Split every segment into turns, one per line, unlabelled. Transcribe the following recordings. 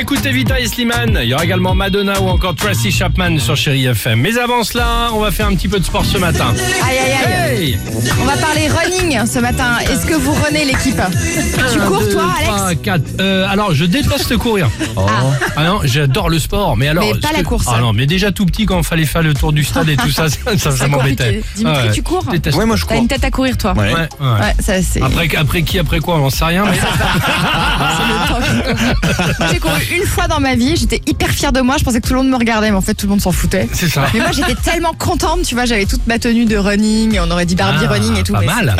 écoute Evita et Slimane. Il y aura également Madonna ou encore Tracy Chapman sur Chéri FM. Mais avant cela, on va faire un petit peu de sport ce matin.
Aïe aïe aïe.
Hey
On va parler running ce matin. Est-ce que vous renez l'équipe Tu cours toi Alex
4. Euh, alors, je déteste courir. Ah non, j'adore le sport, mais alors.
Mais pas
ce
la
que-
course.
Ah non, mais déjà tout petit quand fallait faire le tour du stade et tout ça, ça, ça, ça
C'est
m'embêtait.
compliqué. Dimitri, tu cours
je déteste.
Ouais, moi je
T'as
cours.
une tête à courir toi.
Ouais.
Ouais, ouais.
Ouais, ça c'est.
Après, après qui, après quoi, on n'en sait rien. mais-
Ah. c'est le top. J'ai couru une fois dans ma vie, j'étais hyper fière de moi, je pensais que tout le monde me regardait, mais en fait tout le monde s'en foutait.
C'est ça.
Mais moi j'étais tellement contente, tu vois, j'avais toute ma tenue de running, et on aurait dit Barbie
Ah,
running et tout.
Pas
mais
mal.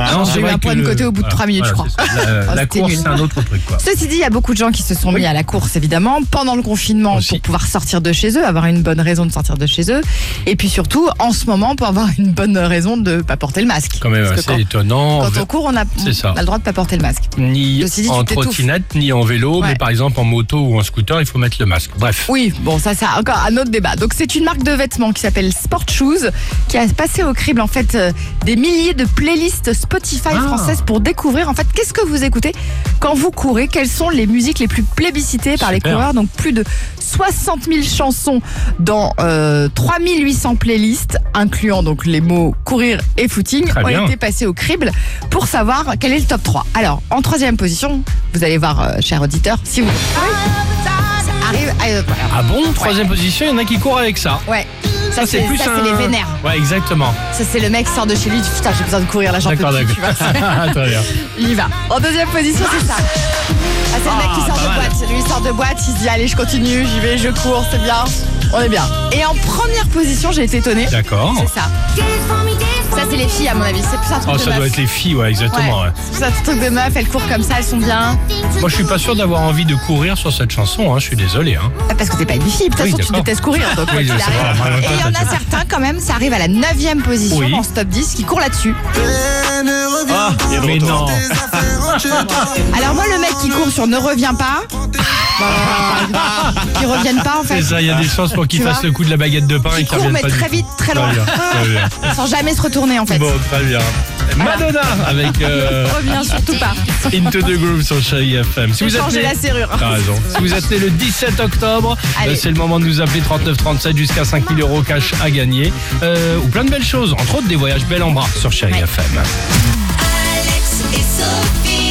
Non,
J'ai
c'est
eu
vrai
un
que
point de
le-
côté au bout de
voilà,
trois minutes, je
voilà,
crois. Oh,
c'est ça. La, la
c'était
course,
nul.
c'est un autre truc, quoi.
Ceci dit, il y a beaucoup de gens qui se sont mis à la course, évidemment, pendant le confinement
Aussi.
pour pouvoir sortir de chez eux, avoir une bonne raison de sortir de chez eux. Et puis surtout, en ce moment, pour avoir une bonne raison de ne pas porter le masque.
Quand même,
Parce que
c'est étonnant.
quand, quand on court, on a,
C'est ça.
on a le droit de ne pas porter le masque.
Ni
Ceci dit, tu
en
t'étouffes.
trottinette, ni en vélo,
Ouais.
mais par exemple en moto ou en scooter, il faut mettre le masque. Bref.
Oui, bon, ça, c'est encore un autre débat. Donc, c'est une marque de vêtements qui s'appelle Sport Shoes, qui a passé au crible, en fait, euh, des milliers de playlists Spotify
Ah.
françaises pour découvrir, en fait, qu'est-ce que vous écoutez quand vous courez, quelles sont les musiques les plus plébiscitées par les
Super.
coureurs. Donc, plus de 60 000 chansons dans euh, 3800 playlists, incluant donc les mots courir et footing,
Très
ont
bien.
été passés au crible pour savoir quel est le top 3. Alors, en troisième position, vous allez voir, euh, cher auditeur, si vous. Arrive, euh, voilà.
Ah bon Troisième position, il y en a qui courent avec ça.
Ouais. Ça, c'est ça, c'est les vénères.
Ouais, exactement.
Ça, c'est le mec qui sort de chez lui, il dit, putain, j'ai besoin de courir, là, j'en peux
D'accord,
plus.
d'accord. Ah,
Tu vois, c'est-
Très bien.
il y va. En deuxième position, c'est ça. Ah, c'est le mec qui sort de boîte. Lui, il sort de boîte, il se dit, allez, je continue, j'y vais, je cours, c'est bien. On est bien. Et en première position, j'ai été étonnée. C'est
D'accord.
ça. Ça, c'est les filles, à mon avis. C'est plus un truc
Oh,
de
ça
meuf.
doit être les filles, ouais, exactement.
Ouais.
ouais.
C'est plus un truc de meuf, elles courent comme ça, elles sont bien.
Moi, je suis pas sûr d'avoir envie de courir sur cette chanson, hein, je suis désolé. Hein.
Ah, Parce que t'es pas une fille, de toute
Oui,
façon tu
d'accord.
détestes courir. Donc, quoi
Oui,
qu'il
je sais
arrive.
pas, en même
Et
temps,
il y en
t'as-
a certains quand même, ça arrive à la 9 position
Oui.
dans ce top 10 qui court là-dessus.
Ah, il est de
Mais
retour.
non.
Alors moi le mec qui court sur ne reviens pas, bah, qui reviennent pas en
C'est
fait,
ça, il y a des chances pour qu'il
Tu
fasse
vois
le coup de la baguette de pain et qu'il
qui court
revienne
mais
pas du
très
tout.
vite, très loin,
bien, très bien.
sans jamais se retourner en fait.
Bon, très bien. Madonna avec euh,
Reviens surtout pas.
Into the Groove sur Chéri FM. Si
J'ai
vous êtes
changé
né-
la serrure.
T'as raison. Si vous appelez le 17 octobre,
Allez.
euh, c'est le moment de nous appeler 3937 jusqu'à 5000 euros cash à gagner. Euh, ou plein de belles choses, entre autres des voyages bel en bras sur Chéri FM.
Alex et Sophie.